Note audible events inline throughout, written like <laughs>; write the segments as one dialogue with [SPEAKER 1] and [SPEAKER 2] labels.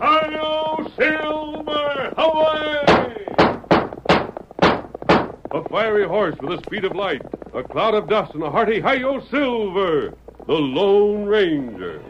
[SPEAKER 1] Hello, Silver! Away! A fiery horse with a speed of light, a cloud of dust, and a hearty hi-yo, Silver! The Lone Ranger.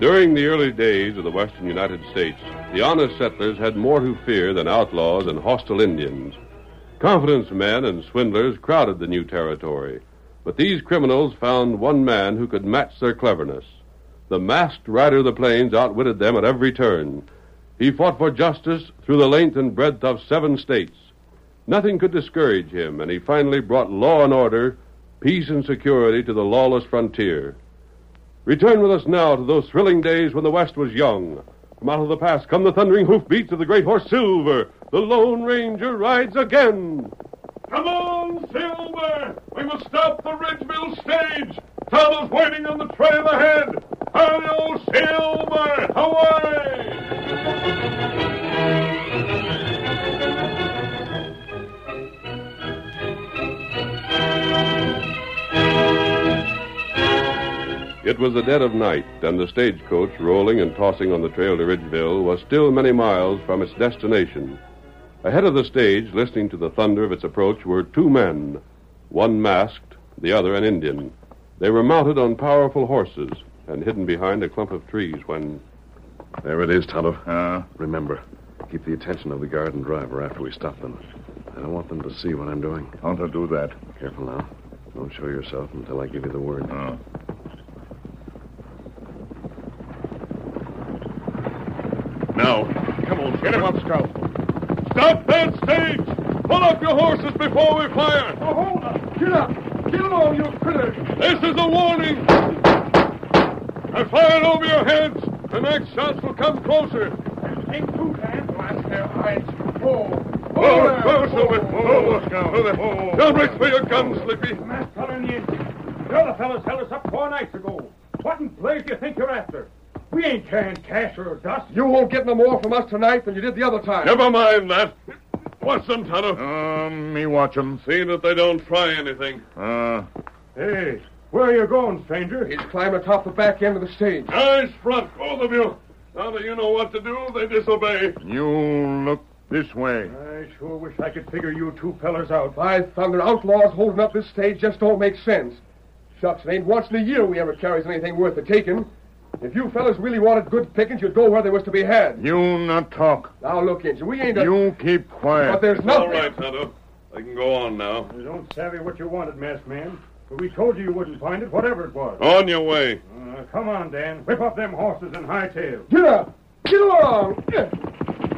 [SPEAKER 1] During the early days of the western United States, the honest settlers had more to fear than outlaws and hostile Indians. Confidence men and swindlers crowded the new territory, but these criminals found one man who could match their cleverness. The masked rider of the plains outwitted them at every turn. He fought for justice through the length and breadth of seven states. Nothing could discourage him, and he finally brought law and order, peace and security to the lawless frontier. Return with us now to those thrilling days when the West was young. From out of the past come the thundering hoofbeats of the great horse Silver. The Lone Ranger rides again. Come on, Silver! We will stop the Ridgeville stage. Tom is waiting on the trail ahead. Hello, Silver! Away! It was the dead of night, and the stagecoach, rolling and tossing on the trail to Ridgeville, was still many miles from its destination. Ahead of the stage, listening to the thunder of its approach, were two men, one masked, the other an Indian. They were mounted on powerful horses and hidden behind a clump of trees when.
[SPEAKER 2] There it is, Tonto. Remember, keep the attention of the guard and driver after we stop them. I don't want them to see what I'm doing.
[SPEAKER 3] Tonto, do that.
[SPEAKER 2] Careful now. Don't show yourself until I give you the word.
[SPEAKER 3] Oh. Now, come on, get him up, Scout.
[SPEAKER 1] Stop that stage! Pull up your horses before we fire! Oh, hold up! Get up! Kill all you critters! This is a warning! I fired over your heads! The next shots will come closer!
[SPEAKER 4] Take two hands, Master Hines. Oh,
[SPEAKER 1] Forward, forward, Silver! Forward, Silver! Don't reach for your guns, Sleepy!
[SPEAKER 4] Master and the engine. The other fellas held us up four nights ago. What in place do you think you're after? We ain't carrying cash or dust.
[SPEAKER 5] You won't get no more from us tonight than you did the other time.
[SPEAKER 1] Never mind that. Watch them, Tonto.
[SPEAKER 3] Um, me watch him.
[SPEAKER 1] See that they don't try anything.
[SPEAKER 3] Uh,
[SPEAKER 4] Hey, where are you going, stranger?
[SPEAKER 5] He's climbed atop the back end of the stage.
[SPEAKER 1] Eyes front, both of you. Now that you know what to do, they disobey.
[SPEAKER 3] you look this way.
[SPEAKER 4] I sure wish I could figure you two fellas out.
[SPEAKER 5] By thunder, outlaws holding up this stage just don't make sense. Shucks, it ain't once in a year we ever carries anything worth the taking. If you fellas really wanted good pickings, you'd go where they was to be had.
[SPEAKER 3] You not talk.
[SPEAKER 5] Now look, Injun, we ain't a...
[SPEAKER 3] You keep quiet.
[SPEAKER 5] But there's
[SPEAKER 1] All
[SPEAKER 5] nothing.
[SPEAKER 1] right, Tonto. I can go on now.
[SPEAKER 4] You don't savvy what you wanted, masked man.
[SPEAKER 3] But we told you you wouldn't find it, whatever it was.
[SPEAKER 6] On your way.
[SPEAKER 3] Uh, come on, Dan. Whip up them horses and hightail.
[SPEAKER 5] Get up! Get along! Get,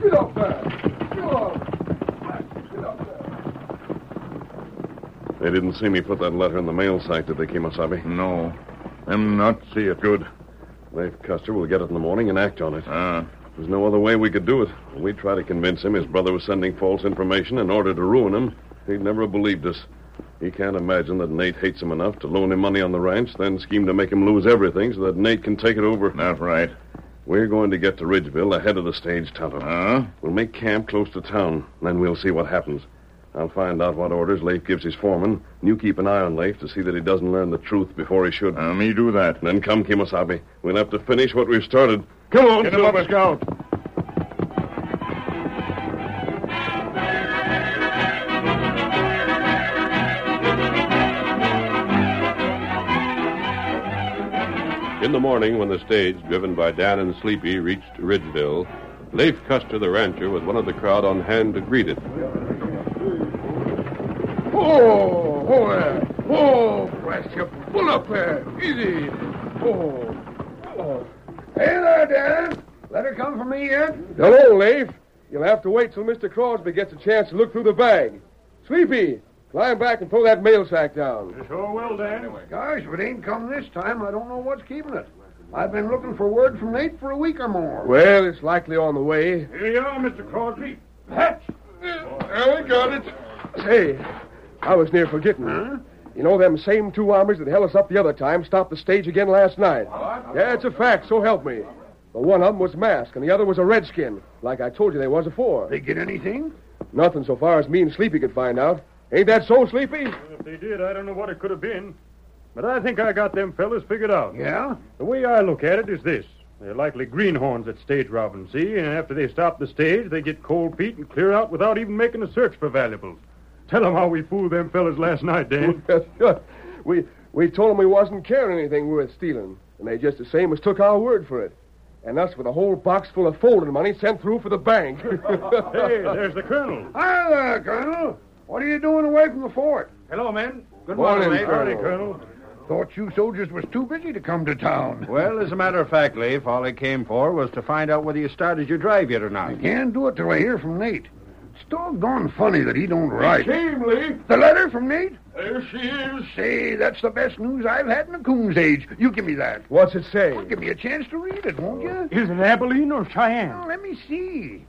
[SPEAKER 5] get up there! Get along! Get up there!
[SPEAKER 1] They didn't see me put that letter in the mail sack, did they, Kemosabe?
[SPEAKER 7] No. Them not see it. Good.
[SPEAKER 1] They've Custer. We'll get it in the morning and act on it.
[SPEAKER 3] Uh,
[SPEAKER 7] Ah.
[SPEAKER 1] There's no other way we could do it. When we tried to convince him his brother was sending false information in order to ruin him, he never believed us. He can't imagine that Nate hates him enough to loan him money on the ranch, then scheme to make him lose everything so that Nate can take it over.
[SPEAKER 7] Not right.
[SPEAKER 1] We're going to get to Ridgeville ahead of the stage, Tonto.
[SPEAKER 3] Uh,
[SPEAKER 7] Huh?
[SPEAKER 1] We'll make camp close to town, and then we'll see what happens. I'll find out what orders Leif gives his foreman, and you keep an eye on Leif to see that he doesn't learn the truth before he should.
[SPEAKER 7] Uh, me do that.
[SPEAKER 1] Then come, Kimosabe. We'll have to finish what we've started. Come on,
[SPEAKER 7] Get him up,
[SPEAKER 1] Silver.
[SPEAKER 7] Scout.
[SPEAKER 6] In the morning, when the stage, driven by Dan and Sleepy, reached Ridgeville, Leif Custer, the rancher, was one of the crowd on hand to greet it.
[SPEAKER 5] Oh, oh, there. Oh, blast you. Pull up there. Easy. Oh. oh. Hey there, Dan. Letter come from me yet? Hello, Leif. You'll have to wait till Mr. Crosby gets a chance to look through the bag. Sleepy, climb back and throw that mail sack down.
[SPEAKER 3] Sure will, Dan.
[SPEAKER 4] Gosh, if it ain't come this time, I don't know what's keeping it. I've been looking for word from Nate for a week or more.
[SPEAKER 5] Well, it's likely on the way.
[SPEAKER 3] Here you are, Mr. Crosby. Hatch.
[SPEAKER 5] I got it. Say, I was near forgetting. You know, them same two armies that held us up the other time stopped the stage again last night. Yeah, it's a fact, so help me. The one of them was masked, and the other was a redskin, like I told you they was afore.
[SPEAKER 4] They get anything?
[SPEAKER 5] Nothing so far as me and Sleepy could find out. Ain't that so, Sleepy? <laughs>
[SPEAKER 3] If they did, I don't know what it could have been. But I think I got them fellas figured out.
[SPEAKER 4] Yeah?
[SPEAKER 3] Oh, The way I look at it is this. They're likely greenhorns at stage robbing, see? And after they stop the stage, they get cold feet and clear out without even making a search for valuables. Tell 'em how we fooled them fellas last night, Dan.
[SPEAKER 5] we we told them we wasn't carrying anything worth stealing, and they just the same as took our word for it. And us with a whole box full of folding money sent through for the bank. <laughs>
[SPEAKER 4] <laughs>
[SPEAKER 3] hey, there's the colonel.
[SPEAKER 4] Hi there, Colonel. What are you doing away from the fort?
[SPEAKER 3] Hello, men. Good
[SPEAKER 5] Morning, morning, mate.
[SPEAKER 3] Howdy,
[SPEAKER 5] Colonel.
[SPEAKER 3] Colonel.
[SPEAKER 4] Thought you soldiers was too busy to come to town.
[SPEAKER 8] <laughs> Well, as a matter of fact, Leif, all I came for was to find out whether you started your drive yet or not.
[SPEAKER 4] Can't do it till I hear from Nate. It's doggone funny that he don't write.
[SPEAKER 5] Came, Lee.
[SPEAKER 4] The letter from Nate?
[SPEAKER 5] There she is.
[SPEAKER 4] Say, that's the best news I've had in a coon's age. You give me that.
[SPEAKER 5] What's it say? Oh.
[SPEAKER 4] Well, give me a chance to read it, won't you?
[SPEAKER 3] Is it Abilene or Cheyenne?
[SPEAKER 4] Well, let me see.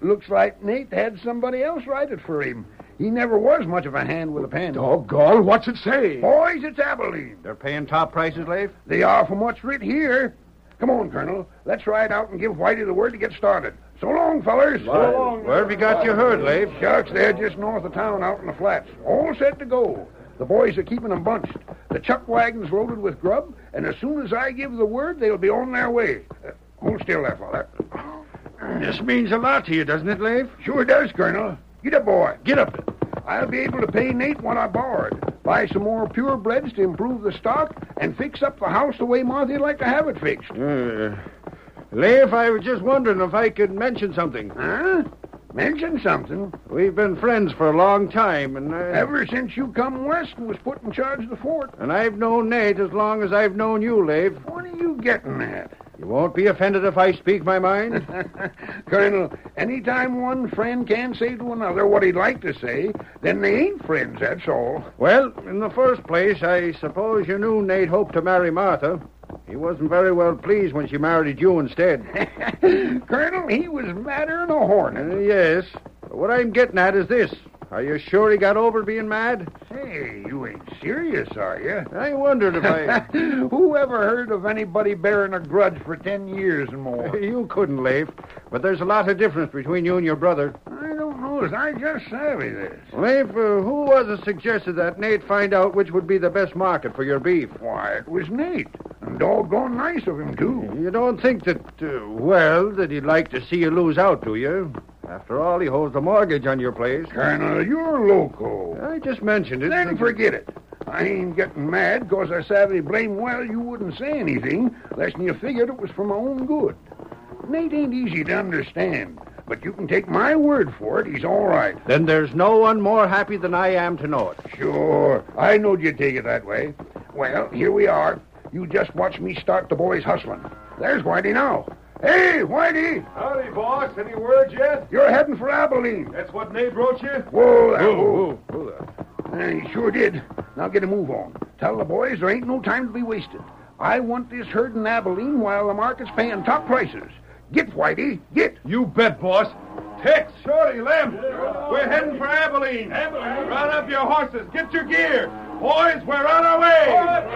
[SPEAKER 4] Looks like Nate had somebody else write it for him. He never was much of a hand with a pen.
[SPEAKER 5] Doggone, what's it say?
[SPEAKER 4] Boys, it's Abilene.
[SPEAKER 8] They're paying top prices, Leif?
[SPEAKER 4] They are from what's writ here. Come on, Colonel. Let's ride out and give Whitey the word to get started. So long, fellers. So long.
[SPEAKER 8] Where have you got your herd, Leif?
[SPEAKER 4] Shucks, they're just north of town out in the flats. All set to go. The boys are keeping 'em bunched. The chuck wagon's loaded with grub, and as soon as I give the word, they'll be on their way. Uh, hold still there, fella.
[SPEAKER 8] This means a lot to you, doesn't it, Leif?
[SPEAKER 4] Sure does, Colonel. Get up, boy. Get up. I'll be able to pay Nate what I borrowed, buy some more purebreds to improve the stock, and fix up the house the way Marthy'd like to have it fixed.
[SPEAKER 8] Uh, Leif, I was just wondering if I could mention something.
[SPEAKER 4] Huh? Mention something.
[SPEAKER 8] We've been friends for a long time, and uh, I,
[SPEAKER 4] Ever since you come west and was put in charge of the fort.
[SPEAKER 8] and I've known Nate as long as I've known you, Leif.
[SPEAKER 4] What are you getting at?
[SPEAKER 8] You won't be offended if I speak my
[SPEAKER 4] <laughs>
[SPEAKER 8] mind?
[SPEAKER 4] Colonel, anytime one friend can't say to another what he'd like to say, then they ain't friends, that's all. <laughs>
[SPEAKER 8] well, in the first place, I suppose you knew Nate hoped to marry Martha. He wasn't very well pleased when she married you instead.
[SPEAKER 4] Colonel, he was madder than a hornet.
[SPEAKER 8] Uh, yes. But what I'm getting at is this. Are you sure he got over being mad?
[SPEAKER 4] Say, you ain't serious, are you? <laughs>
[SPEAKER 8] I wondered if I. <laughs>
[SPEAKER 4] Who ever heard of anybody bearing a grudge for ten years and
[SPEAKER 5] <laughs>
[SPEAKER 4] more?
[SPEAKER 8] you couldn't, Leif. But there's a lot of difference between you and your brother.
[SPEAKER 4] I don't know. as I just savvy this.
[SPEAKER 8] Leif, uh, who was it suggested that Nate find out which would be the best market for your beef?
[SPEAKER 4] Why, it was Nate. And doggone nice of him, too.
[SPEAKER 5] <laughs>
[SPEAKER 8] You don't think that, uh, well, that he'd like to see you lose out, do you? After all, he holds the mortgage on your place.
[SPEAKER 4] Colonel, you're loco.
[SPEAKER 8] I just mentioned it.
[SPEAKER 4] Then forget it. I ain't getting mad 'cause I savvy blame well you wouldn't say anything less than you figured it was for my own good. Nate ain't easy to understand. But you can take my word for it, he's all right.
[SPEAKER 5] Then there's no one more happy than I am to know it.
[SPEAKER 4] Sure. I knowed you'd take it that way. Well, here we are. You just watch me start the boys hustling. There's Whitey now. Hey, Whitey!
[SPEAKER 3] Howdy, boss. Any word yet?
[SPEAKER 4] You're heading for Abilene.
[SPEAKER 3] That's what Nate wrote you?
[SPEAKER 4] Whoa, that
[SPEAKER 2] Whoa, whoa, whoa there.
[SPEAKER 4] Eh, he sure did. Now get a move on. Tell the boys there ain't no time to be wasted. I want this herd in Abilene while the market's paying top prices. Get, Whitey, get.
[SPEAKER 3] You bet, boss. Tex, Shorty, Lem, we're heading for Abilene. Abilene. Round up your horses. Get your gear. Boys, we're on our way.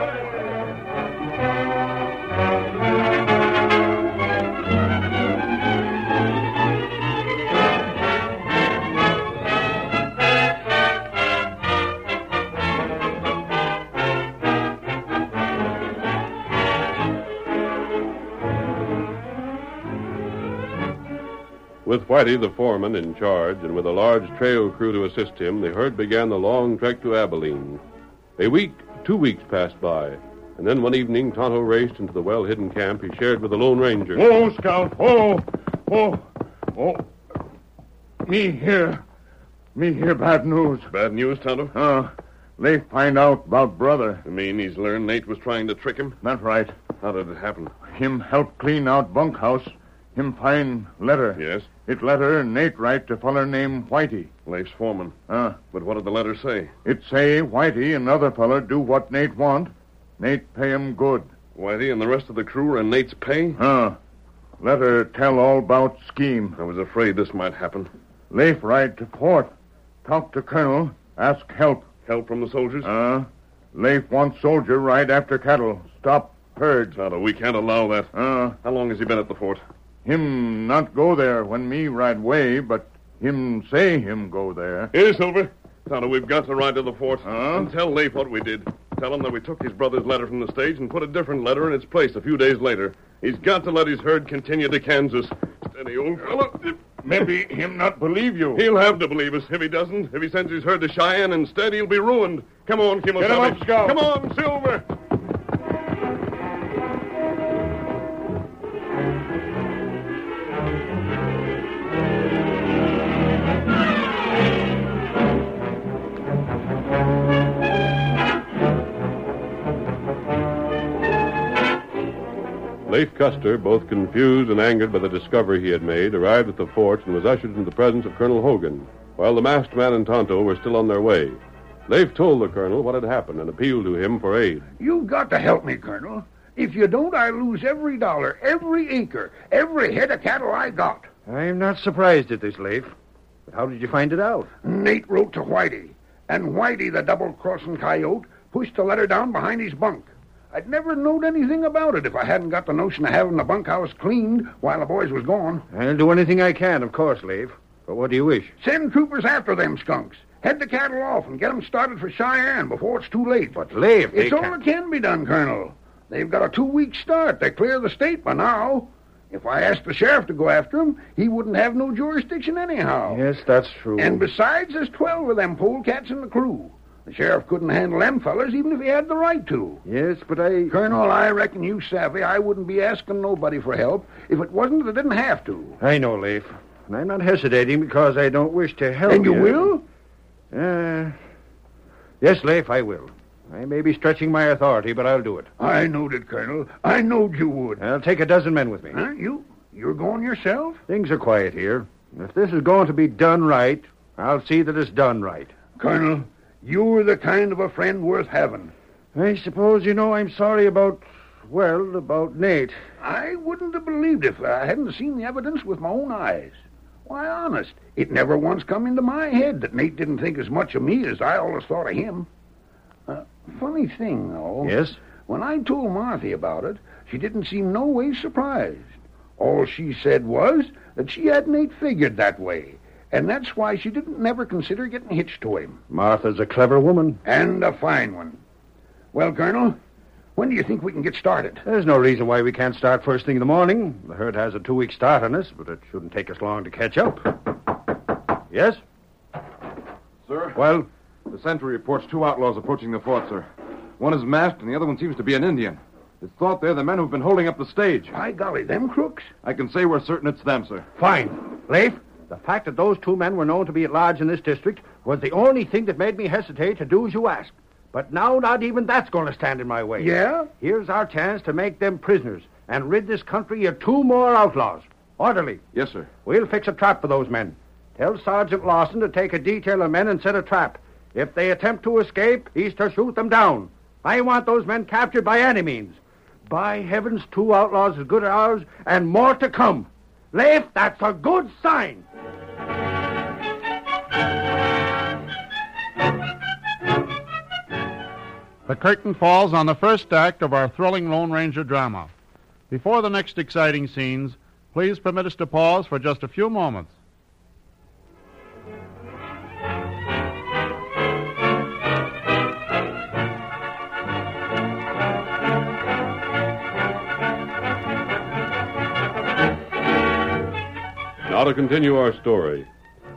[SPEAKER 1] With Whitey, the foreman, in charge, and with a large trail crew to assist him, the herd began the long trek to Abilene. A week, two weeks passed by, and then one evening Tonto raced into the well hidden camp he shared with the Lone Ranger.
[SPEAKER 3] Whoa, Scout. Whoa. Whoa. Whoa. oh, Me here. Me here, bad news.
[SPEAKER 2] Bad news, Tonto?
[SPEAKER 3] Uh, they find out about brother.
[SPEAKER 2] You mean he's learned Nate was trying to trick him?
[SPEAKER 3] Not right.
[SPEAKER 2] How did it happen?
[SPEAKER 3] Him help clean out bunkhouse. Him find letter.
[SPEAKER 2] Yes,
[SPEAKER 3] It letter Nate write to feller named Whitey.
[SPEAKER 2] Leif's foreman.
[SPEAKER 3] Uh,
[SPEAKER 2] But what did the letter say?
[SPEAKER 3] it say Whitey and other feller do what Nate want. Nate pay him good.
[SPEAKER 2] Whitey and the rest of the crew are in Nate's pay?
[SPEAKER 3] Uh, letter tell all about scheme.
[SPEAKER 2] I was afraid this might happen.
[SPEAKER 3] Leif ride to port. Talk to colonel. Ask help.
[SPEAKER 2] Help from the soldiers?
[SPEAKER 3] Uh, Leif want soldier ride after cattle. Stop purge.
[SPEAKER 2] Tonto, we can't allow that.
[SPEAKER 3] Uh,
[SPEAKER 2] How long has he been at the fort?
[SPEAKER 3] him not go there when me ride way, but him say him go there.
[SPEAKER 2] Here, Silver. Tonto, we've got to ride to the fort.
[SPEAKER 3] Huh?
[SPEAKER 2] And tell Leif what we did. Tell him that we took his brother's letter from the stage and put a different letter in its place a few days later. He's got to let his herd continue to Kansas. Steady, old fellow.
[SPEAKER 3] Maybe him not believe you.
[SPEAKER 2] He'll have to believe us. If he doesn't, if he sends his herd to Cheyenne instead, he'll be ruined. Come on, Kimosabe.
[SPEAKER 3] Get him up, Scout.
[SPEAKER 2] Come on, Silver.
[SPEAKER 1] Leif Custer, both confused and angered by the discovery he had made, arrived at the fort and was ushered into the presence of Colonel Hogan, while the masked man and Tonto were still on their way. Leif told the colonel what had happened and appealed to him for aid.
[SPEAKER 4] You've got to help me, Colonel. If you don't, I lose every dollar, every acre, every head of cattle I got.
[SPEAKER 5] I'm not surprised at this, Leif. But how did you find it out?
[SPEAKER 4] Nate wrote to Whitey, and Whitey, the double crossing coyote, pushed the letter down behind his bunk. I'd never knowed anything about it if I hadn't got the notion of having the bunkhouse cleaned while the boys was gone.
[SPEAKER 5] I'll do anything I can, of course, Leif. But what do you wish?
[SPEAKER 4] Send troopers after them skunks. Head the cattle off and get 'em started for Cheyenne before it's too late. But
[SPEAKER 5] Leif, they
[SPEAKER 4] it's all
[SPEAKER 5] can't-
[SPEAKER 4] that can be done, Colonel. They've got a two-week start. They clear the state by now. If I asked the sheriff to go after 'em, he wouldn't have no jurisdiction anyhow.
[SPEAKER 5] Yes, that's true.
[SPEAKER 4] And besides, there's twelve of them polecats in the crew. The sheriff couldn't handle them fellers even if he had the right to.
[SPEAKER 5] Yes, but I.
[SPEAKER 4] Colonel, I reckon you savvy I wouldn't be asking nobody for help if it wasn't that I didn't have to.
[SPEAKER 5] I know, Leif. And I'm not hesitating because I don't wish to help
[SPEAKER 4] and you
[SPEAKER 5] you
[SPEAKER 4] will?
[SPEAKER 5] Uh, yes, Leif, I will. I may be stretching my authority, but I'll do it.
[SPEAKER 4] I knowed it, Colonel. I knowed you would.
[SPEAKER 5] I'll take a dozen men with me.
[SPEAKER 4] Huh? You you're going yourself?
[SPEAKER 5] Things are quiet here. If this is going to be done right, I'll see that it's done right.
[SPEAKER 4] Colonel, you're the kind of a friend worth having.
[SPEAKER 5] I suppose you know I'm sorry about, well, about Nate.
[SPEAKER 4] I wouldn't have believed if I hadn't seen the evidence with my own eyes. Why, honest, it never once come into my head that Nate didn't think as much of me as I always thought of him. Uh, funny thing, though.
[SPEAKER 5] Yes?
[SPEAKER 4] When I told Marthy about it, she didn't seem no way surprised. All she said was that she had Nate figured that way, and that's why she didn't never consider getting hitched to him.
[SPEAKER 5] Martha's a clever woman.
[SPEAKER 4] And a fine one. Well, Colonel, when do you think we can get started?
[SPEAKER 5] There's no reason why we can't start first thing in the morning. The herd has a two week start on us, but it shouldn't take us long to catch up. Yes?
[SPEAKER 9] Sir?
[SPEAKER 5] Well,
[SPEAKER 9] The sentry reports two outlaws approaching the fort, sir. One is masked, and the other one seems to be an Indian. It's thought they're the men who've been holding up the stage.
[SPEAKER 4] By golly, them crooks.
[SPEAKER 9] I can say we're certain it's them, sir.
[SPEAKER 5] fine. Leif, the fact that those two men were known to be at large in this district was the only thing that made me hesitate to do as you asked. But now, not even that's going to stand in my way.
[SPEAKER 4] Yeah?
[SPEAKER 5] Here's our chance to make them prisoners and rid this country of two more outlaws. Orderly,
[SPEAKER 9] Yes, sir.
[SPEAKER 5] we'll fix a trap for those men. Tell Sergeant Lawson to take a detail of men and set a trap. If they attempt to escape, he's to shoot them down. I want those men captured by any means. By heavens, two outlaws as good as ours, and more to come. Leif, that's a good sign.
[SPEAKER 10] The curtain falls on the first act of our thrilling Lone Ranger drama. Before the next exciting scenes, please permit us to pause for just a few moments.
[SPEAKER 1] Now to continue our story.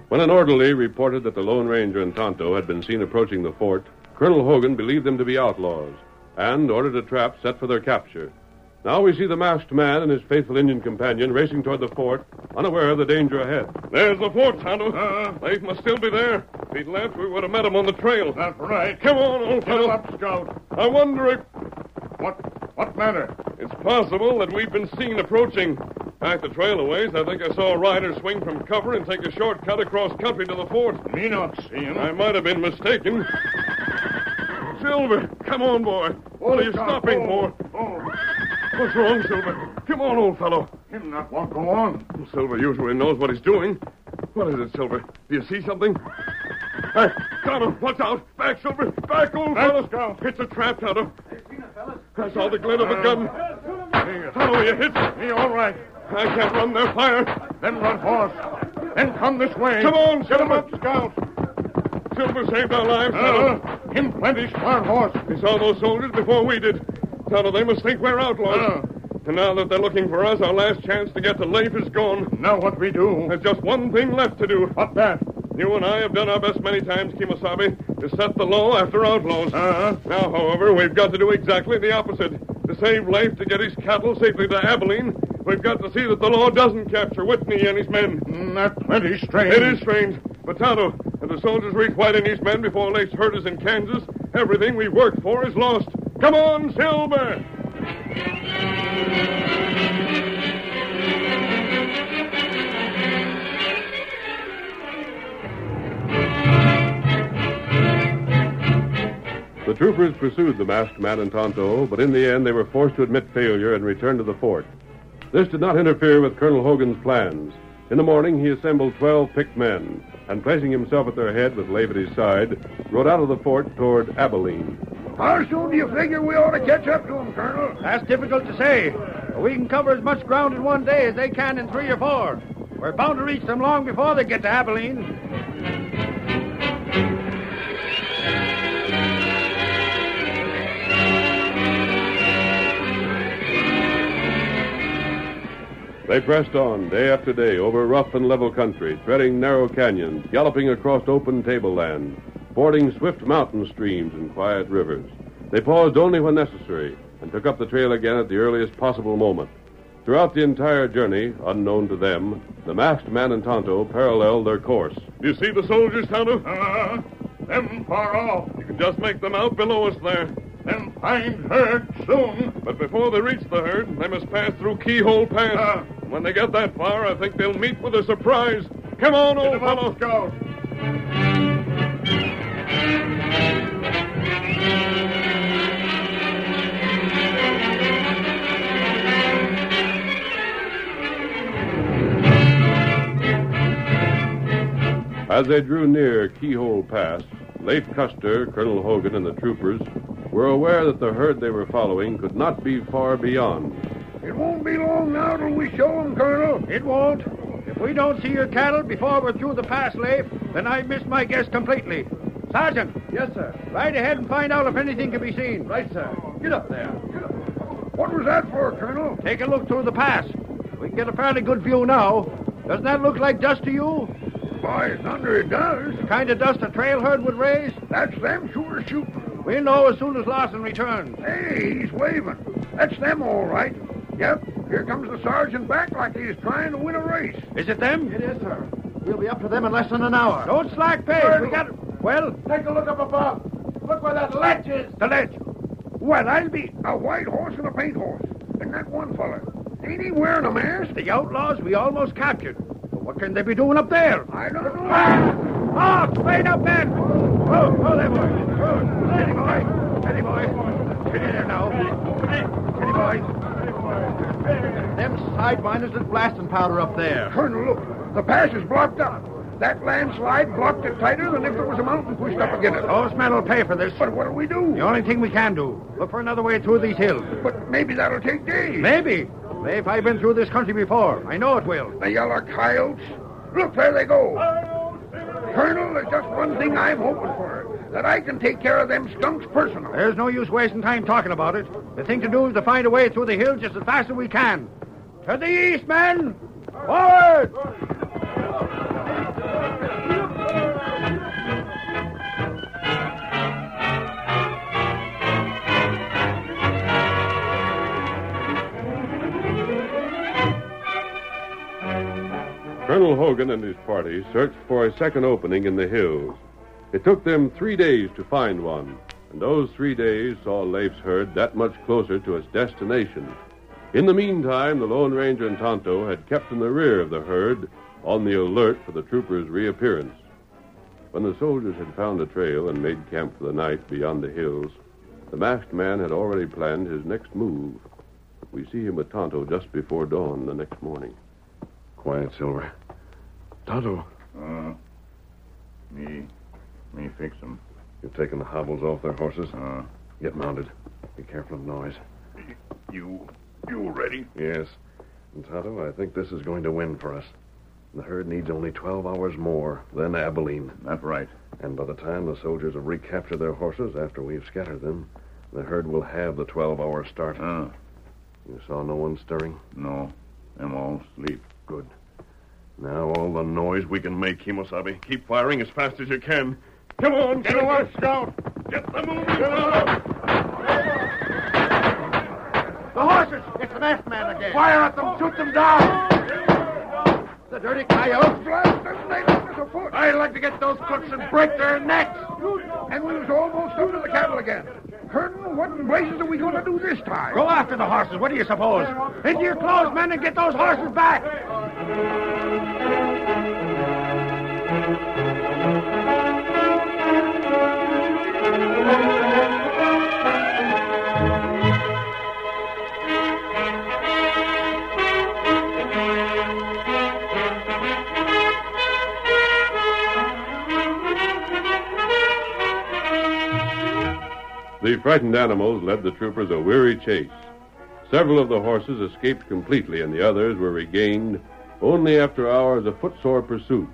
[SPEAKER 1] When an orderly reported that the Lone Ranger and Tonto had been seen approaching the fort, Colonel Hogan believed them to be outlaws and ordered a trap set for their capture. Now we see the masked man and his faithful Indian companion racing toward the fort, unaware of the danger ahead.
[SPEAKER 2] There's the fort, Tonto. Leif must still be there. If he'd left, we would have met him on the trail.
[SPEAKER 3] That's right.
[SPEAKER 2] Come on, old
[SPEAKER 3] Get
[SPEAKER 2] fellow.
[SPEAKER 3] up, Scout.
[SPEAKER 2] I wonder if
[SPEAKER 3] What? What matter?
[SPEAKER 2] it's possible that we've been seen approaching. Back the trail a ways, I think I saw a rider swing from cover and take a shortcut across country to the fort.
[SPEAKER 3] Me not see him.
[SPEAKER 2] I might have been mistaken. Silver, come on, boy. What are you stopping for?
[SPEAKER 3] Oh,
[SPEAKER 2] What's wrong, Silver? Come on, old fellow.
[SPEAKER 3] him not want go on.
[SPEAKER 2] Silver usually knows what he's doing. What is it, Silver? Do you see something? Hey, Tonto, watch out. Back, Silver. Back, old fellow. It's a trap, Tonto. I saw the glint of a gun. Tonto, you hit.
[SPEAKER 3] Me all right.
[SPEAKER 2] I can't run their fire.
[SPEAKER 3] Then run horse. Then come this way.
[SPEAKER 2] Come on,
[SPEAKER 3] Get him
[SPEAKER 2] Silver.
[SPEAKER 3] up, Scout.
[SPEAKER 2] Silver saved our lives, Tonto.
[SPEAKER 3] Uh, him plenty smart horse.
[SPEAKER 2] They saw those soldiers before we did. Tonto, they must think we're outlaws.
[SPEAKER 3] Uh-huh.
[SPEAKER 2] And now that they're looking for us, our last chance to get to Leif is gone.
[SPEAKER 3] Now what we do?
[SPEAKER 2] There's just one thing left to do.
[SPEAKER 3] What that?
[SPEAKER 2] You and I have done our best many times, Kimosabe, to set the law after outlaws.
[SPEAKER 3] Uh-huh.
[SPEAKER 2] Now, however, we've got to do exactly the opposite. To save Leif, to get his cattle safely to Abilene, we've got to see that the law doesn't capture Whitney and his men.
[SPEAKER 3] Not Mm, plenty strange.
[SPEAKER 2] It is strange. But, Tonto, if the soldiers reach White and his men before Leif's herd is in Kansas, everything we've worked for is lost. Come on, Silver!
[SPEAKER 1] The troopers pursued the masked man and Tonto, but in the end they were forced to admit failure and return to the fort. This did not interfere with Colonel Hogan's plans. In the morning, he assembled 12 picked men, and placing himself at their head with Lave at his side, rode out of the fort toward Abilene.
[SPEAKER 4] How soon do you figure we ought to catch up to him, Colonel?
[SPEAKER 5] That's difficult to say. But we can cover as much ground in one day as they can in three or four. We're bound to reach them long before they get to Abilene.
[SPEAKER 1] They pressed on day after day over rough and level country, threading narrow canyons, galloping across open tableland, fording swift mountain streams and quiet rivers. They paused only when necessary and took up the trail again at the earliest possible moment. Throughout the entire journey, unknown to them, the masked man and Tonto paralleled their course.
[SPEAKER 2] You see the soldiers, Tonto?
[SPEAKER 3] Uh, them far off.
[SPEAKER 2] You can just make them out below us there.
[SPEAKER 3] Them find herd soon.
[SPEAKER 2] But before they reach the herd, they must pass through Keyhole Pass.
[SPEAKER 3] Ah.
[SPEAKER 2] when they get that far, I think they'll meet with a surprise. Come on,
[SPEAKER 3] Get
[SPEAKER 2] old
[SPEAKER 3] him up,
[SPEAKER 2] fellow.
[SPEAKER 3] Scout.
[SPEAKER 1] As they drew near Keyhole Pass, Leif Custer, Colonel Hogan, and the troopers were aware that the herd they were following could not be far beyond.
[SPEAKER 4] It won't be long now till we show him, Colonel.
[SPEAKER 5] It won't. If we don't see your cattle before we're through the pass, Leif, then I missed my guess completely. Sergeant. Yes, sir. Ride ahead and find out if anything can be seen. Right, sir. Get up there.
[SPEAKER 4] What was that for, Colonel?
[SPEAKER 5] Take a look through the pass. We can get a fairly good view now. Doesn't that look like dust to you?
[SPEAKER 4] By thunder, it does.
[SPEAKER 5] Kind of dust a trail herd would raise?
[SPEAKER 4] That's them sure shooting.
[SPEAKER 5] We'll know as soon as Lawson returns.
[SPEAKER 4] Hey, he's waving. That's them, all right. Yep, Here comes the sergeant back like he's trying to win a race.
[SPEAKER 5] Is it them?
[SPEAKER 4] It is, sir.
[SPEAKER 5] We'll be up to them in less than an hour. Don't slack, Page. We got. Well,
[SPEAKER 11] Take a look up above. Look where that ledge is.
[SPEAKER 4] The ledge. Well, I'll be a white horse and a paint horse. And that one feller. Ain't he wearing a mask?
[SPEAKER 5] the outlaws we almost captured. But what can they be doing up there?
[SPEAKER 4] I don't know.
[SPEAKER 5] Ah, straight up, men! Oh, oh, there, boy. Oh, steady, boy. Steady, boy. Steady there now. Steady, boy. Them side miners with blasting powder up there.
[SPEAKER 4] Colonel, look. The pass is blocked up. That landslide blocked it tighter than if there was a mountain pushed up against
[SPEAKER 9] Oh.
[SPEAKER 4] it.
[SPEAKER 5] Those men will pay for this.
[SPEAKER 4] But what'll we do?
[SPEAKER 5] The only thing we can do, look for another way through these hills.
[SPEAKER 4] But maybe that'll take days.
[SPEAKER 5] Maybe. If I've been through this country before, I know it will.
[SPEAKER 4] The yellow coyotes. Look, there they go. Colonel, there's just one thing I'm hoping for. That I can take care of them skunks personally.
[SPEAKER 5] There's no use wasting time talking about it. The thing to do is to find a way through the hills just as fast as we can. To the east, men! Forward!
[SPEAKER 1] Colonel Hogan and his party searched for a second opening in the hills. It took them three days to find one, and those three days saw Leif's herd that much closer to its destination. In the meantime, the Lone Ranger and Tonto had kept in the rear of the herd, on the alert for the troopers' reappearance. When the soldiers had found a trail and made camp for the night beyond the hills, the masked man had already planned his next move. We see him with Tonto just before dawn the next morning.
[SPEAKER 2] Quiet, Silver. Tonto,
[SPEAKER 9] Uh, me. Me fix 'em.
[SPEAKER 2] you've taken the hobbles off their horses.
[SPEAKER 9] Uh,
[SPEAKER 2] Get mounted. Be careful of noise.
[SPEAKER 9] you. You ready?
[SPEAKER 2] Yes. And Tonto, I think this is going to win for us. The herd needs only 12 hours more, then Abilene.
[SPEAKER 9] That's right.
[SPEAKER 2] And by the time the soldiers have recaptured their horses after we've scattered them, the herd will have the 12 hour start.
[SPEAKER 9] Uh,
[SPEAKER 2] You saw no one stirring?
[SPEAKER 9] no. Them all sleep.
[SPEAKER 2] Good. Now all the noise we can make, Kimosabe. Keep firing as fast as you can. Come on, get away, Scout. Get the moving.
[SPEAKER 5] The horses! It's the masked man again.
[SPEAKER 4] Fire at them. Shoot them down.
[SPEAKER 5] The dirty coyote!
[SPEAKER 4] Blast them. They left us a foot.
[SPEAKER 5] I'd like to get those crooks and break their necks!
[SPEAKER 4] And we was almost through to the cattle again. Colonel, what in blazes are we going to do this time?
[SPEAKER 5] Go after the horses. What do you suppose? Into your clothes, men, and get those horses back!
[SPEAKER 1] The frightened animals led the troopers a weary chase. Several of the horses escaped completely, and the others were regained only after hours of footsore pursuit.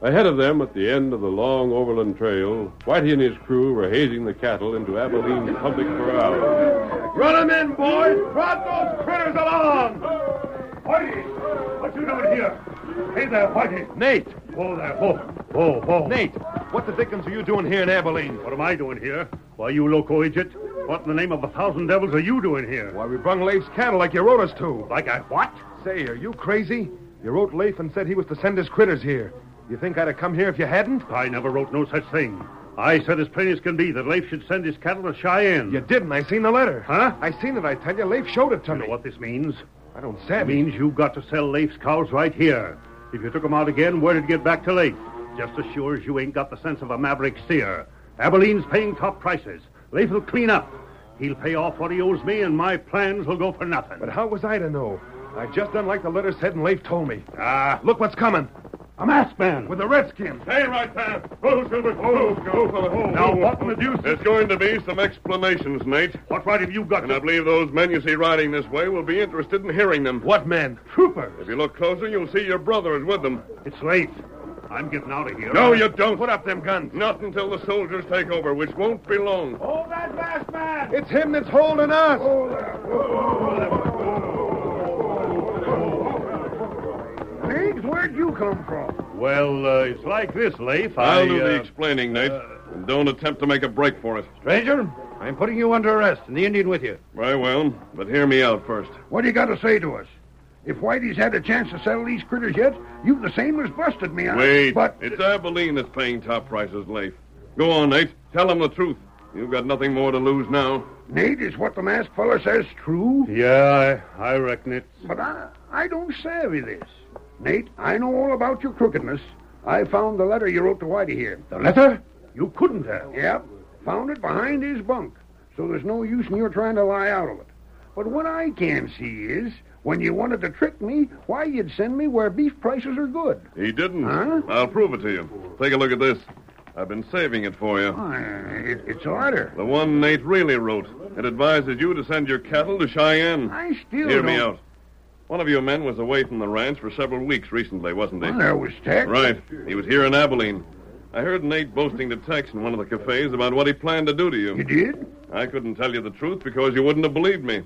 [SPEAKER 1] Ahead of them, at the end of the long overland trail, Whitey and his crew were hazing the cattle into Abilene's public corral.
[SPEAKER 5] Run 'em in, boys! Run those critters along!
[SPEAKER 4] Whitey, what you doing here? Hey there, Whitey.
[SPEAKER 5] Nate!
[SPEAKER 4] Oh, there, ho.
[SPEAKER 3] Oh, oh.
[SPEAKER 5] Nate! What the dickens are you doing here in Abilene?
[SPEAKER 3] What am I doing here? Why, you loco idiot. What in the name of a thousand devils are you doing here?
[SPEAKER 5] Why, we brung Leif's cattle like you wrote us to.
[SPEAKER 3] Like I what?
[SPEAKER 5] Say, are you crazy? You wrote Leif and said he was to send his critters here. You think I'd have come here if you hadn't?
[SPEAKER 3] I never wrote no such thing. I said as plain as can be that Leif should send his cattle to Cheyenne.
[SPEAKER 5] You didn't. I seen the letter.
[SPEAKER 3] Huh?
[SPEAKER 5] I seen it, I tell you. Leif showed it to
[SPEAKER 3] You
[SPEAKER 5] me.
[SPEAKER 3] know what this means?
[SPEAKER 5] I don't
[SPEAKER 3] It
[SPEAKER 5] savvy.
[SPEAKER 3] means you've got to sell Leif's cows right here. If you took 'em out again, where'd it get back to Leif? Just as sure as you ain't got the sense of a maverick steer. Abilene's paying top prices. Leif will clean up. He'll pay off what he owes me, and my plans will go for nothing.
[SPEAKER 5] But how was I to know? I just done like the letter said and Leif told me. Ah. Look what's coming.
[SPEAKER 3] a masked man.
[SPEAKER 5] With the Redskins.
[SPEAKER 2] Stay right there. Go, Silver. Go, go,
[SPEAKER 3] Now, what in the deuce?
[SPEAKER 2] There's going to be some explanations, Nate.
[SPEAKER 3] What right have you got
[SPEAKER 2] And
[SPEAKER 3] to
[SPEAKER 2] I believe those men you see riding this way will be interested in hearing them. What men?
[SPEAKER 3] Troopers.
[SPEAKER 2] If you look closer, you'll see your brother is with them.
[SPEAKER 3] It's late. I'm getting out of here.
[SPEAKER 2] No, you don't.
[SPEAKER 5] Put up them guns.
[SPEAKER 2] Not until the soldiers take over, which won't be long.
[SPEAKER 5] Oh.
[SPEAKER 4] Hold that masked man.
[SPEAKER 5] It's him that's holding us.
[SPEAKER 4] Biggs, where'd you come from?
[SPEAKER 3] Well, uh, it's like this, Leif.
[SPEAKER 2] I'll
[SPEAKER 3] I,
[SPEAKER 2] do the
[SPEAKER 3] uh,
[SPEAKER 2] explaining, Nate. and don't attempt to make a break for it.
[SPEAKER 3] Stranger,
[SPEAKER 5] I'm putting you under arrest and the Indian with you.
[SPEAKER 1] Very well, but hear me out first.
[SPEAKER 4] What do you got to say to us? If Whitey's had a chance to settle these critters yet, you've the same as busted me. I-
[SPEAKER 1] Wait.
[SPEAKER 4] But
[SPEAKER 1] It's Abilene that's paying top prices, Leif. Go on, Nate. Tell them the truth. You've got nothing more to lose now.
[SPEAKER 4] Nate, is what the masked feller says true?
[SPEAKER 12] Yeah, I, I reckon it.
[SPEAKER 4] But I, I don't savvy this. Nate, I know all about your crookedness. I found the letter you wrote to Whitey here. The
[SPEAKER 12] letter?
[SPEAKER 4] You couldn't have. Yep. Found it behind his bunk. So there's no use in your trying to lie out of it. But what I can see is, when you wanted to trick me, why you'd send me where beef prices are good.
[SPEAKER 1] He didn't. I'll prove it to you. Take a look at this. I've been saving it for you.
[SPEAKER 4] It, it's a letter.
[SPEAKER 1] The one Nate really wrote. It advises you to send your cattle to Cheyenne.
[SPEAKER 4] I still
[SPEAKER 1] Hear
[SPEAKER 4] don't...
[SPEAKER 1] me out. One of your men was away from the ranch for several weeks recently, wasn't he?
[SPEAKER 4] Well, there was Tex.
[SPEAKER 1] Right. He was here in Abilene. I heard Nate boasting to Tex in one of the cafes about what he planned to do to you.
[SPEAKER 4] You did?
[SPEAKER 1] I couldn't tell you the truth because you wouldn't have believed me.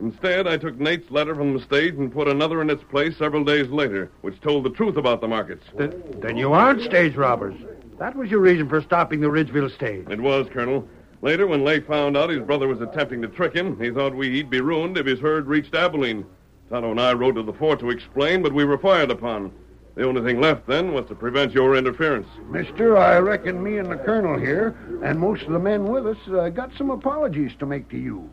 [SPEAKER 1] Instead, I took Nate's letter from the stage and put another in its place several days later, which told the truth about the markets.
[SPEAKER 5] Then you aren't stage robbers. That was your reason for stopping the Ridgeville stage.
[SPEAKER 1] It was, Colonel. Later, when Leigh found out his brother was attempting to trick him, he thought we, he'd be ruined if his herd reached Abilene. Tonto and I rode to the fort to explain, but we were fired upon. The only thing left then was to prevent your interference.
[SPEAKER 4] Mister, I reckon me and the colonel here, and most of the men with us, uh, got some apologies to make to you.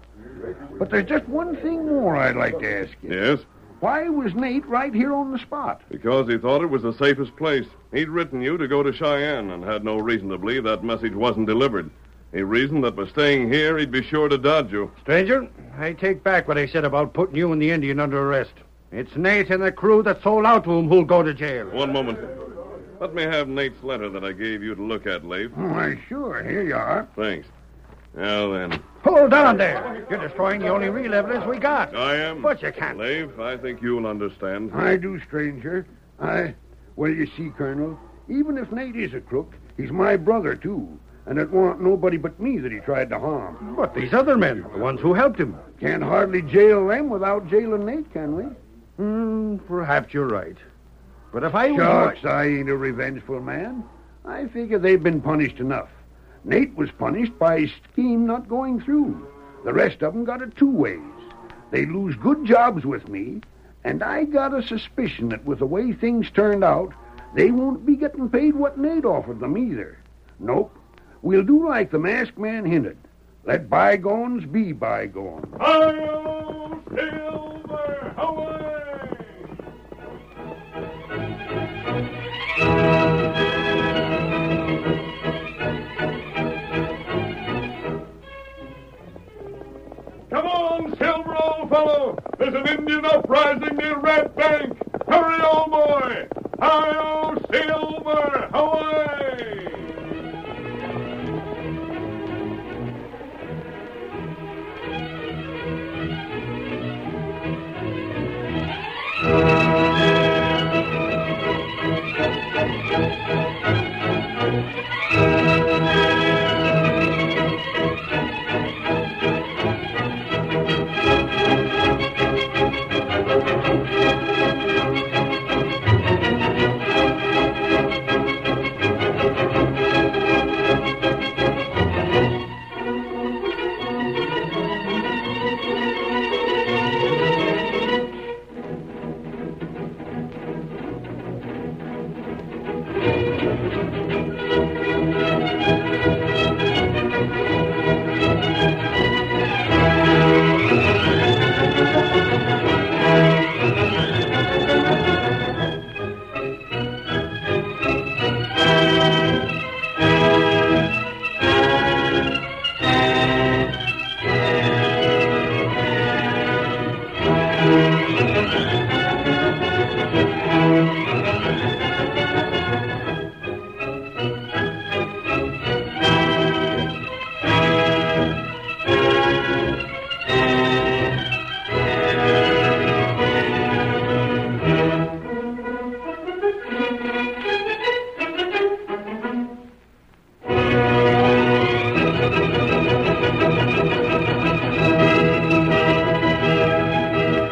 [SPEAKER 4] But there's just one thing more I'd like to ask you.
[SPEAKER 1] Yes,
[SPEAKER 4] Why was Nate right here on the spot?
[SPEAKER 1] because he thought it was the safest place. He'd written you to go to Cheyenne and had no reason to believe that message wasn't delivered. He reasoned that by staying here, he'd be sure to dodge you.
[SPEAKER 5] Stranger, I take back what I said about putting you and the Indian under arrest. It's Nate and the crew that sold out to him who'll go to jail.
[SPEAKER 1] One moment. Let me have Nate's letter that I gave you to look at, Leif.
[SPEAKER 4] Oh, Why, sure, here you are.
[SPEAKER 1] Thanks. Now then.
[SPEAKER 5] Hold on there. You're destroying the only real evidence we got.
[SPEAKER 1] I am.
[SPEAKER 5] But you can't.
[SPEAKER 1] Leif, I think you'll understand.
[SPEAKER 4] I do, stranger. I. Well, you see, Colonel, even if Nate is a crook, he's my brother, too. And it warn't nobody but me that he tried to harm.
[SPEAKER 5] But these other men, the ones who helped him.
[SPEAKER 4] Can't hardly jail them without jailing Nate, can we?
[SPEAKER 5] Hmm, perhaps you're right. But if I was.
[SPEAKER 4] Shucks, I ain't a revengeful man. I figure they've been punished enough. Nate was punished by his scheme not going through. The rest of 'em got it two ways. They lose good jobs with me, and I got a suspicion that with the way things turned out, they won't be getting paid what Nate offered them either. Nope. We'll do like the masked man hinted. Let bygones be bygones.
[SPEAKER 13] Come on, Silver, old fellow. There's an Indian uprising near Red Bank. Hurry, old boy. Hi, oh, Silver, away.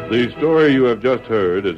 [SPEAKER 13] The story you have just heard is